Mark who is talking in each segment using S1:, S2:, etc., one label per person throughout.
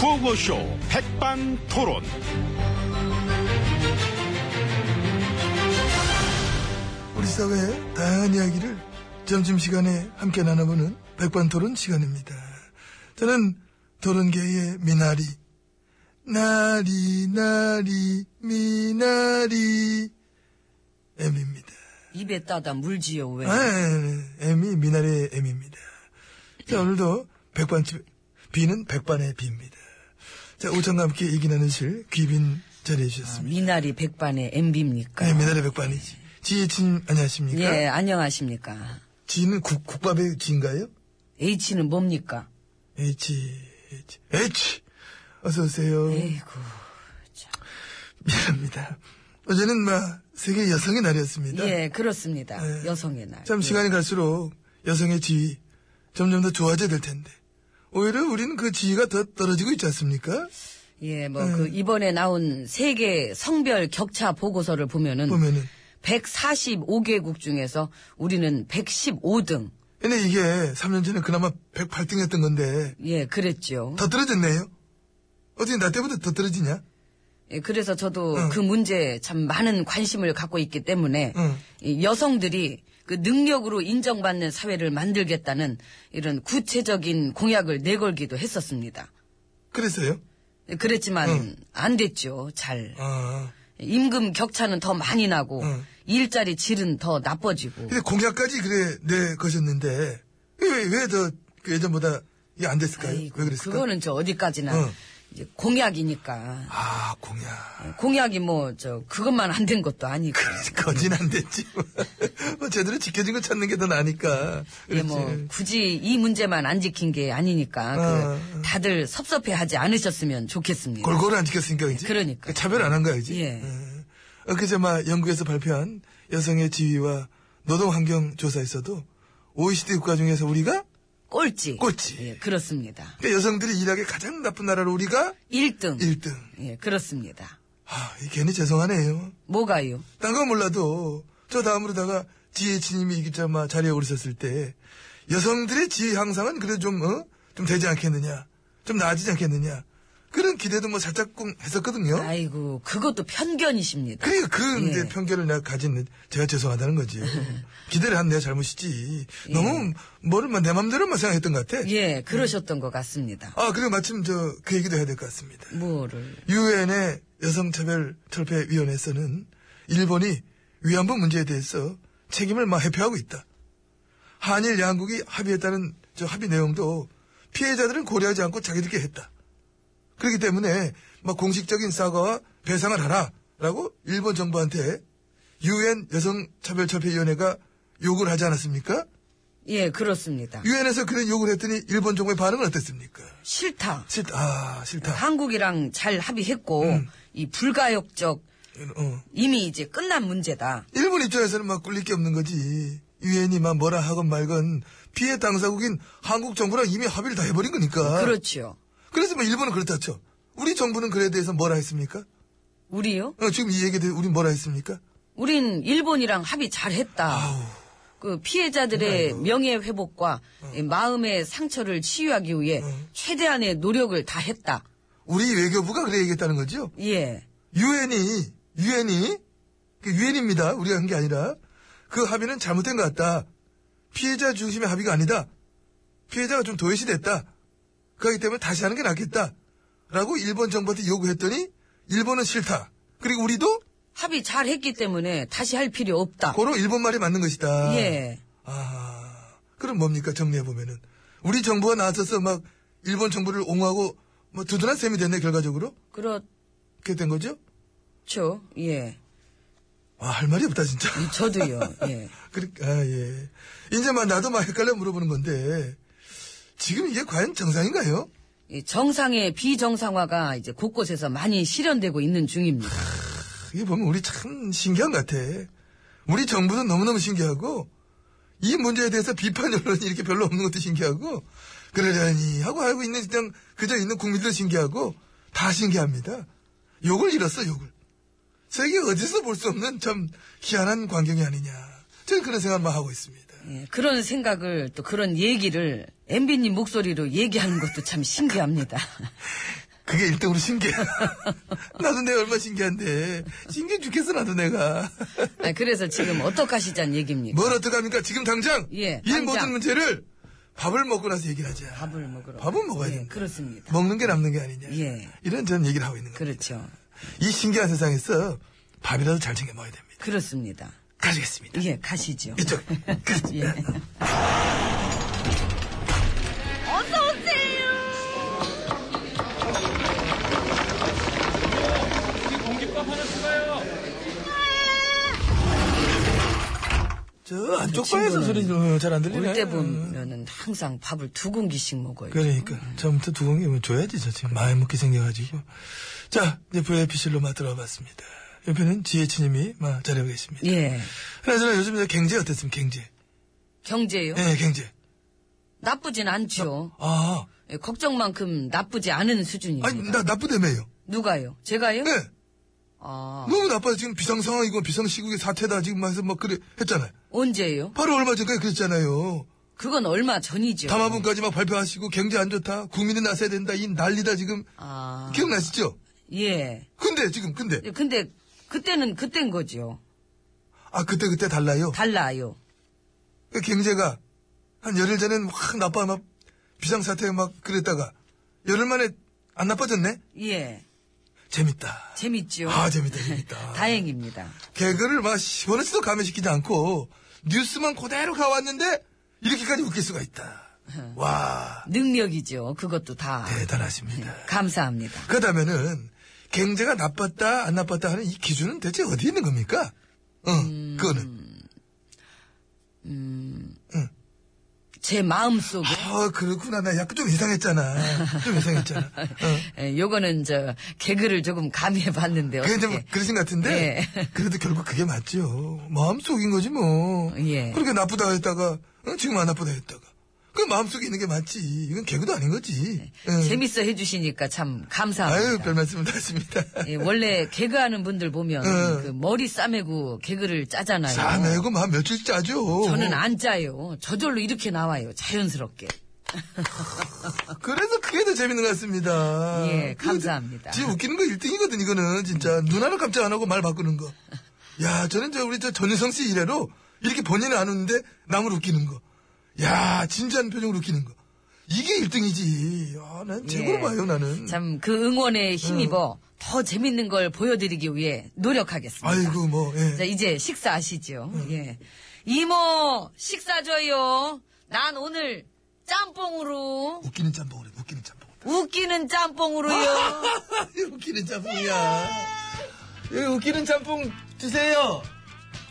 S1: 구호쇼 백반토론.
S2: 우리 사회의 다양한 이야기를 점심시간에 함께 나눠보는 백반토론 시간입니다. 저는 토론계의 미나리. 나리, 나리, 미나리. M입니다.
S3: 입에 따다 물지요 왜?
S2: 아, M이 미나리의 M입니다. 자, 오늘도 백반집, B는 백반의 B입니다. 자, 오천과 함께 이기나는 실 귀빈 자리해 주셨습니다.
S3: 미나리 백반의 MB입니까?
S2: 네, 미나리 백반이지. 지혜진, 안녕하십니까?
S3: 아, 예, 안녕하십니까?
S2: 지는 국, 국밥의 지인가요?
S3: H는 뭡니까?
S2: H, H, H! 어서오세요.
S3: 에이구,
S2: 미안합니다. 어제는 막, 세계 여성의 날이었습니다.
S3: 예, 그렇습니다.
S2: 예.
S3: 여성의 날.
S2: 네. 참,
S3: 예.
S2: 시간이 갈수록 여성의 지위 점점 더 좋아져야 될 텐데. 오히려 우리는 그 지위가 더 떨어지고 있지 않습니까?
S3: 예, 뭐, 그, 이번에 나온 세계 성별 격차 보고서를 보면은,
S2: 보면은.
S3: 145개국 중에서 우리는 115등.
S2: 근데 이게 3년 전에 그나마 108등이었던 건데,
S3: 예, 그랬죠.
S2: 더 떨어졌네요. 어떻게 나 때보다 더 떨어지냐?
S3: 예, 그래서 저도
S2: 응.
S3: 그 문제에 참 많은 관심을 갖고 있기 때문에
S2: 응.
S3: 이 여성들이 그 능력으로 인정받는 사회를 만들겠다는 이런 구체적인 공약을 내걸기도 했었습니다.
S2: 그래서요?
S3: 예, 그랬지만 안 됐죠. 잘
S2: 아.
S3: 임금 격차는 더 많이 나고
S2: 응.
S3: 일자리 질은 더 나빠지고
S2: 근데 공약까지 그래 내 것이었는데 왜왜더 그 예전보다 이게 안 됐을까요?
S3: 아이고,
S2: 왜 그랬을까?
S3: 그거는 저 어디까지나
S2: 응.
S3: 이제 공약이니까
S2: 아 공약
S3: 공약이 뭐 저 그것만 안 된 것도 아니고
S2: 거진 안 됐지. 뭐 제대로 지켜진 거 찾는 게 더 나니까.
S3: 예,
S2: 그렇지.
S3: 뭐 굳이 이 문제만 안 지킨 게 아니니까
S2: 아,
S3: 그 다들 섭섭해하지 않으셨으면 좋겠습니다.
S2: 골고루 안 지켰으니까 그지.
S3: 그러니까.
S2: 차별 안 한 거야 그지.
S3: 예.
S2: 어, 그제 막 연구에서 발표한 여성의 지위와 노동 환경 조사에서도 OECD 국가 중에서 우리가
S3: 꼴찌.
S2: 꼴찌.
S3: 예, 그렇습니다.
S2: 그러니까 여성들이 일하기 가장 나쁜 나라로 우리가
S3: 1등.
S2: 1등.
S3: 예, 그렇습니다.
S2: 아, 이 괜히 죄송하네요.
S3: 뭐가요?
S2: 딴 건 몰라도 저 다음으로다가 지혜진님이 이기자마 자리에 오르셨을 때 여성들의 지혜 향상은 그래도 좀, 어? 좀 되지 않겠느냐. 좀 나아지지 않겠느냐. 그런 기대도 뭐 살짝쿵 했었거든요.
S3: 아이고, 그것도 편견이십니다.
S2: 어? 그러니까 그
S3: 예.
S2: 이제 편견을 내가 가진 제가 죄송하다는 거지. 기대를 한 내 잘못이지. 너무 뭐를 막내 맘대로만 생각했던 것 같아.
S3: 예, 그러셨던 것 같습니다.
S2: 아, 그리고 마침 저 그 얘기도 해야 될 것 같습니다.
S3: 뭐를.
S2: 유엔의 여성차별 철폐위원회에서는 일본이 위안부 문제에 대해서 책임을 막 회피하고 있다. 한일 양국이 합의했다는 저 합의 내용도 피해자들은 고려하지 않고 자기들끼리 했다. 그렇기 때문에 막 공식적인 사과와 배상을 하라라고 일본 정부한테 유엔 여성차별 철폐위원회가 요구를 하지 않았습니까?
S3: 예, 그렇습니다.
S2: 유엔에서 그런 요구를 했더니 일본 정부의 반응은 어땠습니까?
S3: 싫다.
S2: 싫다, 아, 싫다.
S3: 한국이랑 잘 합의했고,
S2: 음.
S3: 이 불가역적,
S2: 어.
S3: 이미 이제 끝난 문제다.
S2: 일본 입장에서는 막 꿀릴 게 없는 거지. 유엔이 막 뭐라 하건 말건 피해 당사국인 한국 정부랑 이미 합의를 다 해버린 거니까.
S3: 그렇지요.
S2: 서뭐 일본은 그렇다 쳐. 우리 정부는 그에 대해서 뭐라 했습니까?
S3: 우리요?
S2: 어, 지금 이 얘기에 대해 우린 뭐라 했습니까?
S3: 우린 일본이랑 합의 잘했다. 그 피해자들의 명예 회복과 마음의 상처를 치유하기 위해
S2: 음.
S3: 최대한의 노력을 다했다.
S2: 우리 외교부가 그래 얘기했다는 거죠?
S3: 예,
S2: 유엔이, 유엔이, 그 유엔입니다. 우리가 한 게 아니라. 그 합의는 잘못된 것 같다. 피해자 중심의 합의가 아니다. 피해자가 좀 도외시 됐다. 그렇기 때문에 다시 하는 게 낫겠다. 라고 일본 정부한테 요구했더니, 일본은 싫다. 그리고 우리도,
S3: 합의 잘했기 때문에 다시 할 필요 없다.
S2: 고로 일본 말이 맞는 것이다.
S3: 예,
S2: 아, 그럼 뭡니까? 정리해보면은. 우리 정부가 나서서 막, 일본 정부를 옹호하고, 뭐, 두둔한 셈이 됐네, 결과적으로.
S3: 그렇죠.
S2: 그렇게 된 거죠?
S3: 예,
S2: 아, 할 말이 없다, 진짜.
S3: 저도요. 예,
S2: 그러니까 아, 예. 이제 막 나도 막 헷갈려 물어보는 건데 지금 이게 과연 정상인가요?
S3: 이 정상의 비정상화가 이제 곳곳에서 많이 실현되고 있는 중입니다.
S2: 이게 보면 우리 참 신기한 것 같아. 우리 정부도 너무너무 신기하고 이 문제에 대해서 비판 여론이 이렇게 별로 없는 것도 신기하고 그러려니 하고 알고 있는 그냥 그저 있는 국민들도 신기하고 다 신기합니다. 욕을 잃었어 욕을. 세계 어디서 볼 수 없는 참 희한한 광경이 아니냐. 저는 그런 생각만 하고 있습니다.
S3: 예, 그런 생각을 또 그런 얘기를 엠비님 목소리로 얘기하는 것도 참 신기합니다.
S2: 그게 1등으로 신기해. 나도 내가 얼마 신기한데. 신기해 죽겠어, 나도 내가.
S3: 아, 그래서 지금 어떡하시자는 얘기입니까?
S2: 뭘 어떡합니까? 지금 당장!
S3: 예,
S2: 이
S3: 당장.
S2: 모든 문제를 밥을 먹고 나서 얘기를 하자.
S3: 밥을 먹으러.
S2: 밥은 먹어야
S3: 예,
S2: 된다.
S3: 그렇습니다.
S2: 먹는 게 남는 게 아니냐.
S3: 예.
S2: 이런 저는 얘기를 하고 있는 거예요.
S3: 그렇죠.
S2: 이 신기한 세상에서 밥이라도 잘 챙겨 먹어야 됩니다.
S3: 그렇습니다.
S2: 가시겠습니다.
S3: 예, 가시죠.
S2: 이쪽. 끝.
S3: 예.
S2: 저 안쪽
S3: 그
S2: 방에서 소리
S3: 친구는
S2: 잘안 들리네.
S3: 올 때 보면은 항상 밥을 두 공기씩 먹어요.
S2: 음. 그러니까 처음부터 두 공기 뭐 줘야지 저 지금 마음 먹게 생겨가지고 자 이제 VIP실로 막 들어와 봤습니다 옆에는 지혜치님이 막 자리하고 계십니다
S3: 예.
S2: 그나저나 요즘 저 경제 어땠습니까 경제
S3: 경제요?
S2: 예 경제
S3: 나쁘진 않죠.
S2: 아
S3: 예, 걱정만큼 나쁘지 않은 수준입니다.
S2: 아니 나 나쁘다며요
S3: 누가요? 제가요?
S2: 예
S3: 아,
S2: 너무 나빠요 지금 비상상황이고 비상시국의 사태다 지금 막 해서 막 그래 했잖아요
S3: 언제요?
S2: 바로 얼마 전까지 그랬잖아요
S3: 그건 얼마 전이죠.
S2: 담화문까지 막 발표하시고 경제 안 좋다 국민이 나서야 된다 이 난리다 지금
S3: 아,
S2: 기억나시죠
S3: 예.
S2: 근데 지금 근데
S3: 예, 근데 그때는 그땐 거죠.
S2: 아 그때 그때 달라요
S3: 달라요.
S2: 그 경제가 한 열흘 전엔 확 나빠 막 비상사태 막 그랬다가 열흘 만에 안 나빠졌네?
S3: 예.
S2: 재밌다.
S3: 재밌죠.
S2: 아 재밌다 재밌다.
S3: 다행입니다.
S2: 개그를 막 시원해서도 감회시키지 않고 뉴스만 그대로 가왔는데 이렇게까지 웃길 수가 있다.
S3: 어.
S2: 와
S3: 능력이죠. 그것도 다.
S2: 네. 대단하십니다.
S3: 감사합니다.
S2: 그다면은 경제가 나빴다 안 나빴다 하는 이 기준은 대체 어디 있는 겁니까? 응
S3: 음.
S2: 그거는
S3: 제 마음속에.
S2: 아 그렇구나 나 약간 좀 이상했잖아 좀 이상했잖아 어. 응.
S3: 예, 요거는 저 개그를 조금 가미해 봤는데
S2: 그게
S3: 어떻게
S2: 좀 그러신 것 같은데
S3: 예.
S2: 그래도 결국 그게 맞죠. 마음속인 거지 뭐.
S3: 예.
S2: 그렇게 나쁘다 했다가 응, 지금 안 나쁘다 했다가 그 마음속에 있는 게 맞지. 이건 개그도 아닌 거지. 예.
S3: 재밌어 해주시니까 참 감사합니다.
S2: 아유 그 별 말씀을 다 했습니다.
S3: 예, 원래 개그하는 분들 보면
S2: 응.
S3: 그 머리 싸매고 개그를 짜잖아요.
S2: 자 내고 막 며칠 짜죠.
S3: 저는 아- 안 짜요. 저절로 이렇게 나와요. 자연스럽게.
S2: 그래서 그게 더 재밌는 것 같습니다.
S3: 예,
S2: 그,
S3: 감사합니다.
S2: 지금 웃기는 거 1등이거든 이거는 진짜 눈하나 깜짝 안 하고 말 바꾸는 거. 야 저는 저 우리 저 전유성 씨 이래로 이렇게 본인은 안 웃는데 남을 웃기는 거. 야 진지한 표정으로 웃기는 거. 이게 1등이지. 아, 난 최고로
S3: 예.
S2: 봐요 나는.
S3: 참 그 응원에 힘입어 더 재밌는 걸 보여드리기 위해 노력하겠습니다.
S2: 아이고 어. 뭐. 예.
S3: 자, 이제 식사하시죠. 예. 이모, 식사 줘요. 난 오늘 짬뽕으로,
S2: 웃기는 짬뽕을 해. 웃기는 짬뽕.
S3: 웃기는 짬뽕으로요.
S2: 아, 웃기는 짬뽕이야. 예, 웃기는 짬뽕 주세요.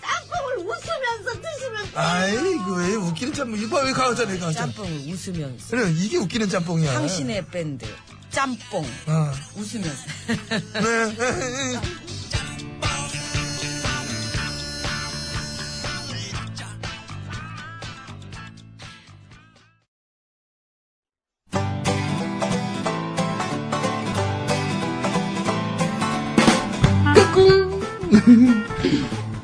S4: 짬뽕을 웃으면서 드시면
S2: 아이고 예, 웃기는 짬뽕. 이봐 왜 가잖아 이거.
S3: 어, 짬뽕을 웃으면서.
S2: 그래 이게 웃기는 짬뽕이야.
S3: 당신의 밴드, 짬뽕.
S2: 어.
S3: 웃으면서.
S2: 네.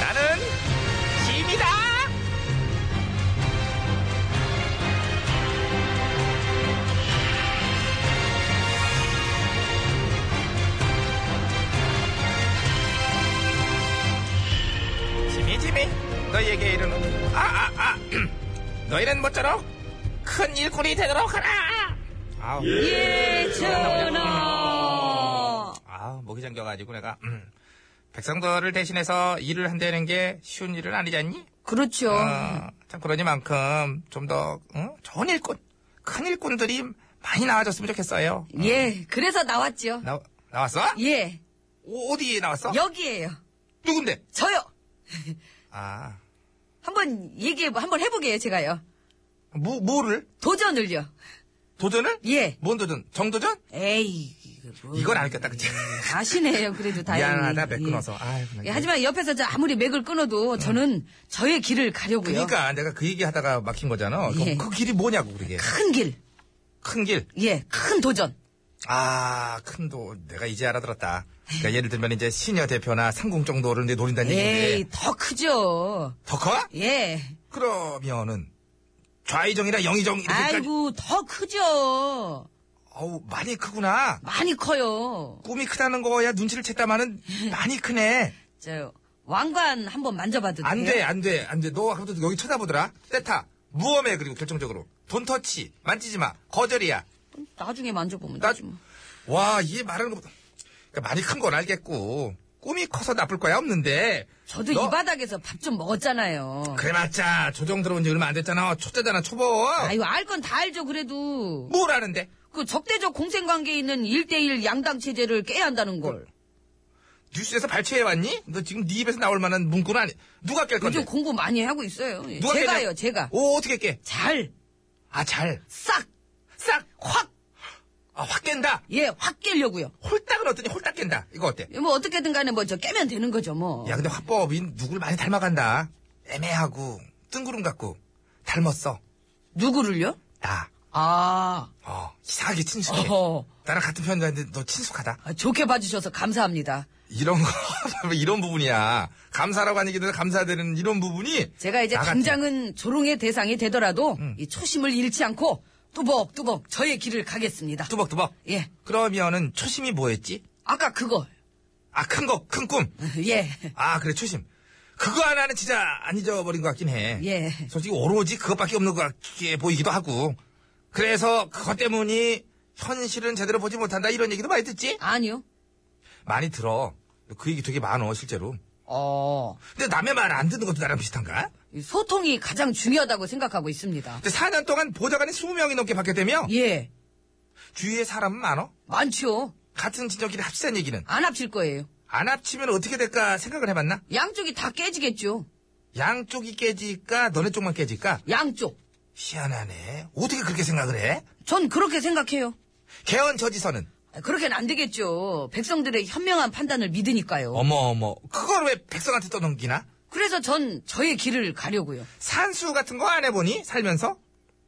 S1: 나는 짐이다.
S5: 지미 지미 너희에게 이르는 아아아
S1: 음. 너희는 모쪼록 큰 일꾼이 되도록 하라. 아우,
S3: 예, 전하.
S1: 아 목이 잠겨가지고 내가 음. 백성들을 대신해서 일을 한다는 게 쉬운 일은 아니잖니?
S3: 그렇죠.
S1: 어, 참 그러니만큼 좀 더 어? 좋은 일꾼, 큰 일꾼들이 많이 나와줬으면 좋겠어요.
S3: 예, 그래서 나왔죠.
S1: 나, 나왔어?
S3: 예,
S1: 오, 어디에 나왔어?
S3: 여기에요.
S1: 누군데?
S3: 저요.
S1: 아,
S3: 한번 얘기해, 한번 해보게요, 제가요.
S1: 뭐, 뭐를?
S3: 도전을요.
S1: 도전을?
S3: 예.
S1: 뭔 도전? 정도전?
S3: 에이, 이거 뭐.
S1: 이건 알겠다, 그치?
S3: 아시네요, 그래도 다행히.
S1: 미안하다, 매
S3: 예.
S1: 끊어서. 아유, 나
S3: 예,
S1: 이거.
S3: 하지만 옆에서 저 아무리 맥을 끊어도 저는 저의 길을 가려고요.
S1: 그러니까 내가 그 얘기 하다가 막힌 거잖아.
S3: 예.
S1: 그럼 그 길이 뭐냐고, 그게.
S3: 큰 길,
S1: 큰 길.
S3: 예, 큰 도전.
S1: 아, 큰 도, 내가 이제 알아들었다. 그러니까 예를 들면 이제 시녀 대표나 상공 정도를 이제
S3: 예.
S1: 노린다는
S3: 에이,
S1: 얘기인데.
S3: 더 크죠.
S1: 더 커?
S3: 예.
S1: 그러면은 좌이정이나 영이정 이렇게까지.
S3: 아이고, 더 크죠.
S1: 어우, 많이 크구나.
S3: 많이 커요.
S1: 꿈이 크다는 거야 눈치를 챘다마는 많이 크네.
S3: 저, 왕관 한번 만져봐도 돼요?
S1: 안 돼, 안 돼, 안 돼. 너 아까부터 여기 쳐다보더라. 세타, 무엄해, 그리고 결정적으로. 돈 터치, 만지지 마, 거절이야.
S3: 나중에 만져보면
S1: 나-
S3: 되지 뭐.
S1: 와, 이게 말하는 것보다. 그러니까 많이 큰 건 알겠고. 꿈이 커서 나쁠 거야, 없는데.
S3: 저도
S1: 너-
S3: 이 바닥에서 밥 좀 먹었잖아요.
S1: 그래, 맞자. 조정 들어온 지 얼마 안 됐잖아. 초짜잖아, 초보.
S3: 아유, 알 건 다 알죠, 그래도.
S1: 뭐라는데?
S3: 그 적대적 공생관계에 있는 일대일 양당체제를 깨야 한다는 걸.
S1: 뉴스에서 발췌해왔니? 너 지금 네 입에서 나올 만한 문구는 아니. 누가 깰 건데?
S3: 요즘 공부 많이 하고 있어요. 예.
S1: 그, 누가
S3: 제가요,
S1: 깨냐?
S3: 제가.
S1: 오, 어떻게 깨?
S3: 잘,
S1: 아, 잘.
S3: 싹,
S1: 싹!
S3: 확,
S1: 아, 확 깬다.
S3: 예, 확 깨려고요.
S1: 홀딱은 어떠니? 홀딱 깬다. 이거 어때?
S3: 뭐 어떻게든 간에 뭐 저 깨면 되는 거죠, 뭐.
S1: 야, 근데 화법이 누굴 많이 닮아간다. 애매하고, 뜬구름 같고, 닮았어.
S3: 누구를요?
S1: 나.
S3: 아,
S1: 어, 이상하게 친숙해.
S3: 어허.
S1: 나랑 같은 편인데 너 친숙하다.
S3: 아, 좋게 봐주셔서 감사합니다.
S1: 이런 거, 이런 부분이야. 감사라고 하는 얘기도 감사되는 이런 부분이.
S3: 제가 이제
S1: 나 음. 같아.
S3: 당장은 조롱의 대상이 되더라도 이 초심을 잃지 않고 뚜벅뚜벅 저의 길을 가겠습니다.
S1: 뚜벅뚜벅.
S3: 예.
S1: 그러면은 초심이 뭐였지?
S3: 아까 그거.
S1: 아, 큰 거, 큰 꿈.
S3: 예.
S1: 아, 그래, 초심. 그거 하나는 진짜 안 잊어버린 것 같긴 해.
S3: 예.
S1: 솔직히 오로지 그것밖에 없는 것 같게 보이기도 하고. 그래서 그것 때문에 현실은 제대로 보지 못한다 이런 얘기도 많이 듣지?
S3: 아니요.
S1: 많이 들어. 그 얘기 되게 많어, 실제로.
S3: 어.
S1: 근데 남의 말 안 듣는 것도 나랑 비슷한가?
S3: 이 소통이 가장 중요하다고 생각하고 있습니다.
S1: 근데 4년 동안 보좌관이 20명이 넘게 바뀌었다며?
S3: 예.
S1: 주위에 사람은 많어?
S3: 많죠.
S1: 같은 진정끼리 합치자는 얘기는.
S3: 안 합칠 거예요.
S1: 안 합치면 어떻게 될까 생각을 해봤나?
S3: 양쪽이 다 깨지겠죠.
S1: 양쪽이 깨질까? 너네 쪽만 깨질까?
S3: 양쪽.
S1: 희한하네. 어떻게 그렇게 생각을 해?
S3: 전 그렇게 생각해요.
S1: 개헌 저지선은?
S3: 아, 그렇게는 안 되겠죠. 백성들의 현명한 판단을 믿으니까요.
S1: 어머 어머 그걸 왜 백성한테 떠넘기나?
S3: 그래서 전 저의 길을 가려고요.
S1: 산수 같은 거 안 해보니 살면서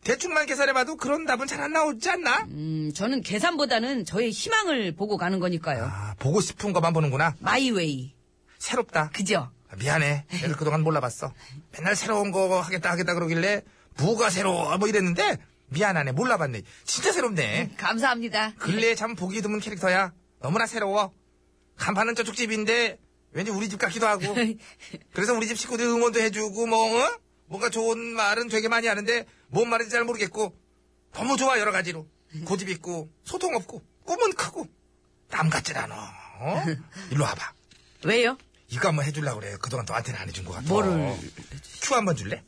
S1: 대충만 계산해봐도 그런 답은 잘 안 나오지 않나?
S3: 음, 저는 계산보다는 저의 희망을 보고 가는 거니까요.
S1: 아 보고 싶은 것만 보는구나.
S3: 마이웨이.
S1: 새롭다.
S3: 그죠?
S1: 아, 미안해. 내가 그동안 몰라봤어. 맨날 새로운 거 하겠다 하겠다 그러길래 뭐가 새로워 뭐 이랬는데 미안하네 몰라봤네. 진짜 새롭네.
S3: 감사합니다.
S1: 근래에 참 보기 드문 캐릭터야. 너무나 새로워. 간판은 저쪽 집인데 왠지 우리 집 같기도 하고. 그래서 우리 집 식구들 응원도 해주고 뭐 어? 뭔가 좋은 말은 되게 많이 하는데 뭔 말인지 잘 모르겠고 너무 좋아 여러 가지로 고집 있고 소통 없고 꿈은 크고 남 같진 않아. 어? 일로 와봐.
S3: 왜요?
S1: 이거 한번 해주려고 그래. 그동안 너한테는 안 해준 것 같아.
S3: 뭐를
S1: 큐 한번 줄래?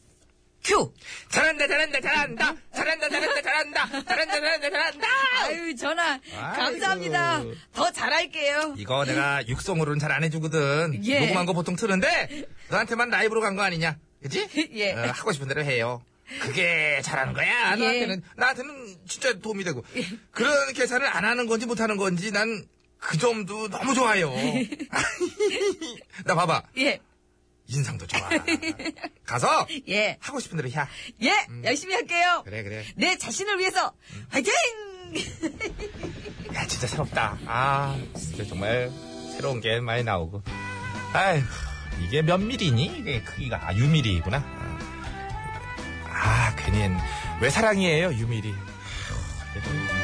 S3: 큐!
S1: 잘한다 잘한다 잘한다 잘한다 잘한다 잘한다 잘한다 잘한다 잘한다
S3: 아유, 전화. 감사합니다. 더 잘할게요.
S1: 이거 내가 육성으로는 잘 안 해주거든.
S3: 예.
S1: 녹음한 거 보통 트는데 너한테만 라이브로 간 거 아니냐? 그지?
S3: 예.
S1: 어, 하고 싶은 대로 해요. 그게 잘하는 거야.
S3: 예.
S1: 너한테는 나한테는 진짜 도움이 되고 그런 계산을 안 하는 건지 못 하는 건지 난 그 점도 너무 좋아요. 나 봐봐
S3: 예,
S1: 인상도 좋아. 가서
S3: 예,
S1: 하고 싶은 대로 해.
S3: 예, 열심히 할게요.
S1: 음. 그래 음. 그래.
S3: 내 자신을 위해서 화이팅!
S1: 야 진짜 새롭다. 아 진짜 정말 새로운 게 많이 나오고. 아휴 이게 몇 밀이니? 이게 크기가 아, 유밀이구나. 아 괜히 했네. 왜 사랑이에요 유밀이. 아휴, 이게 좀-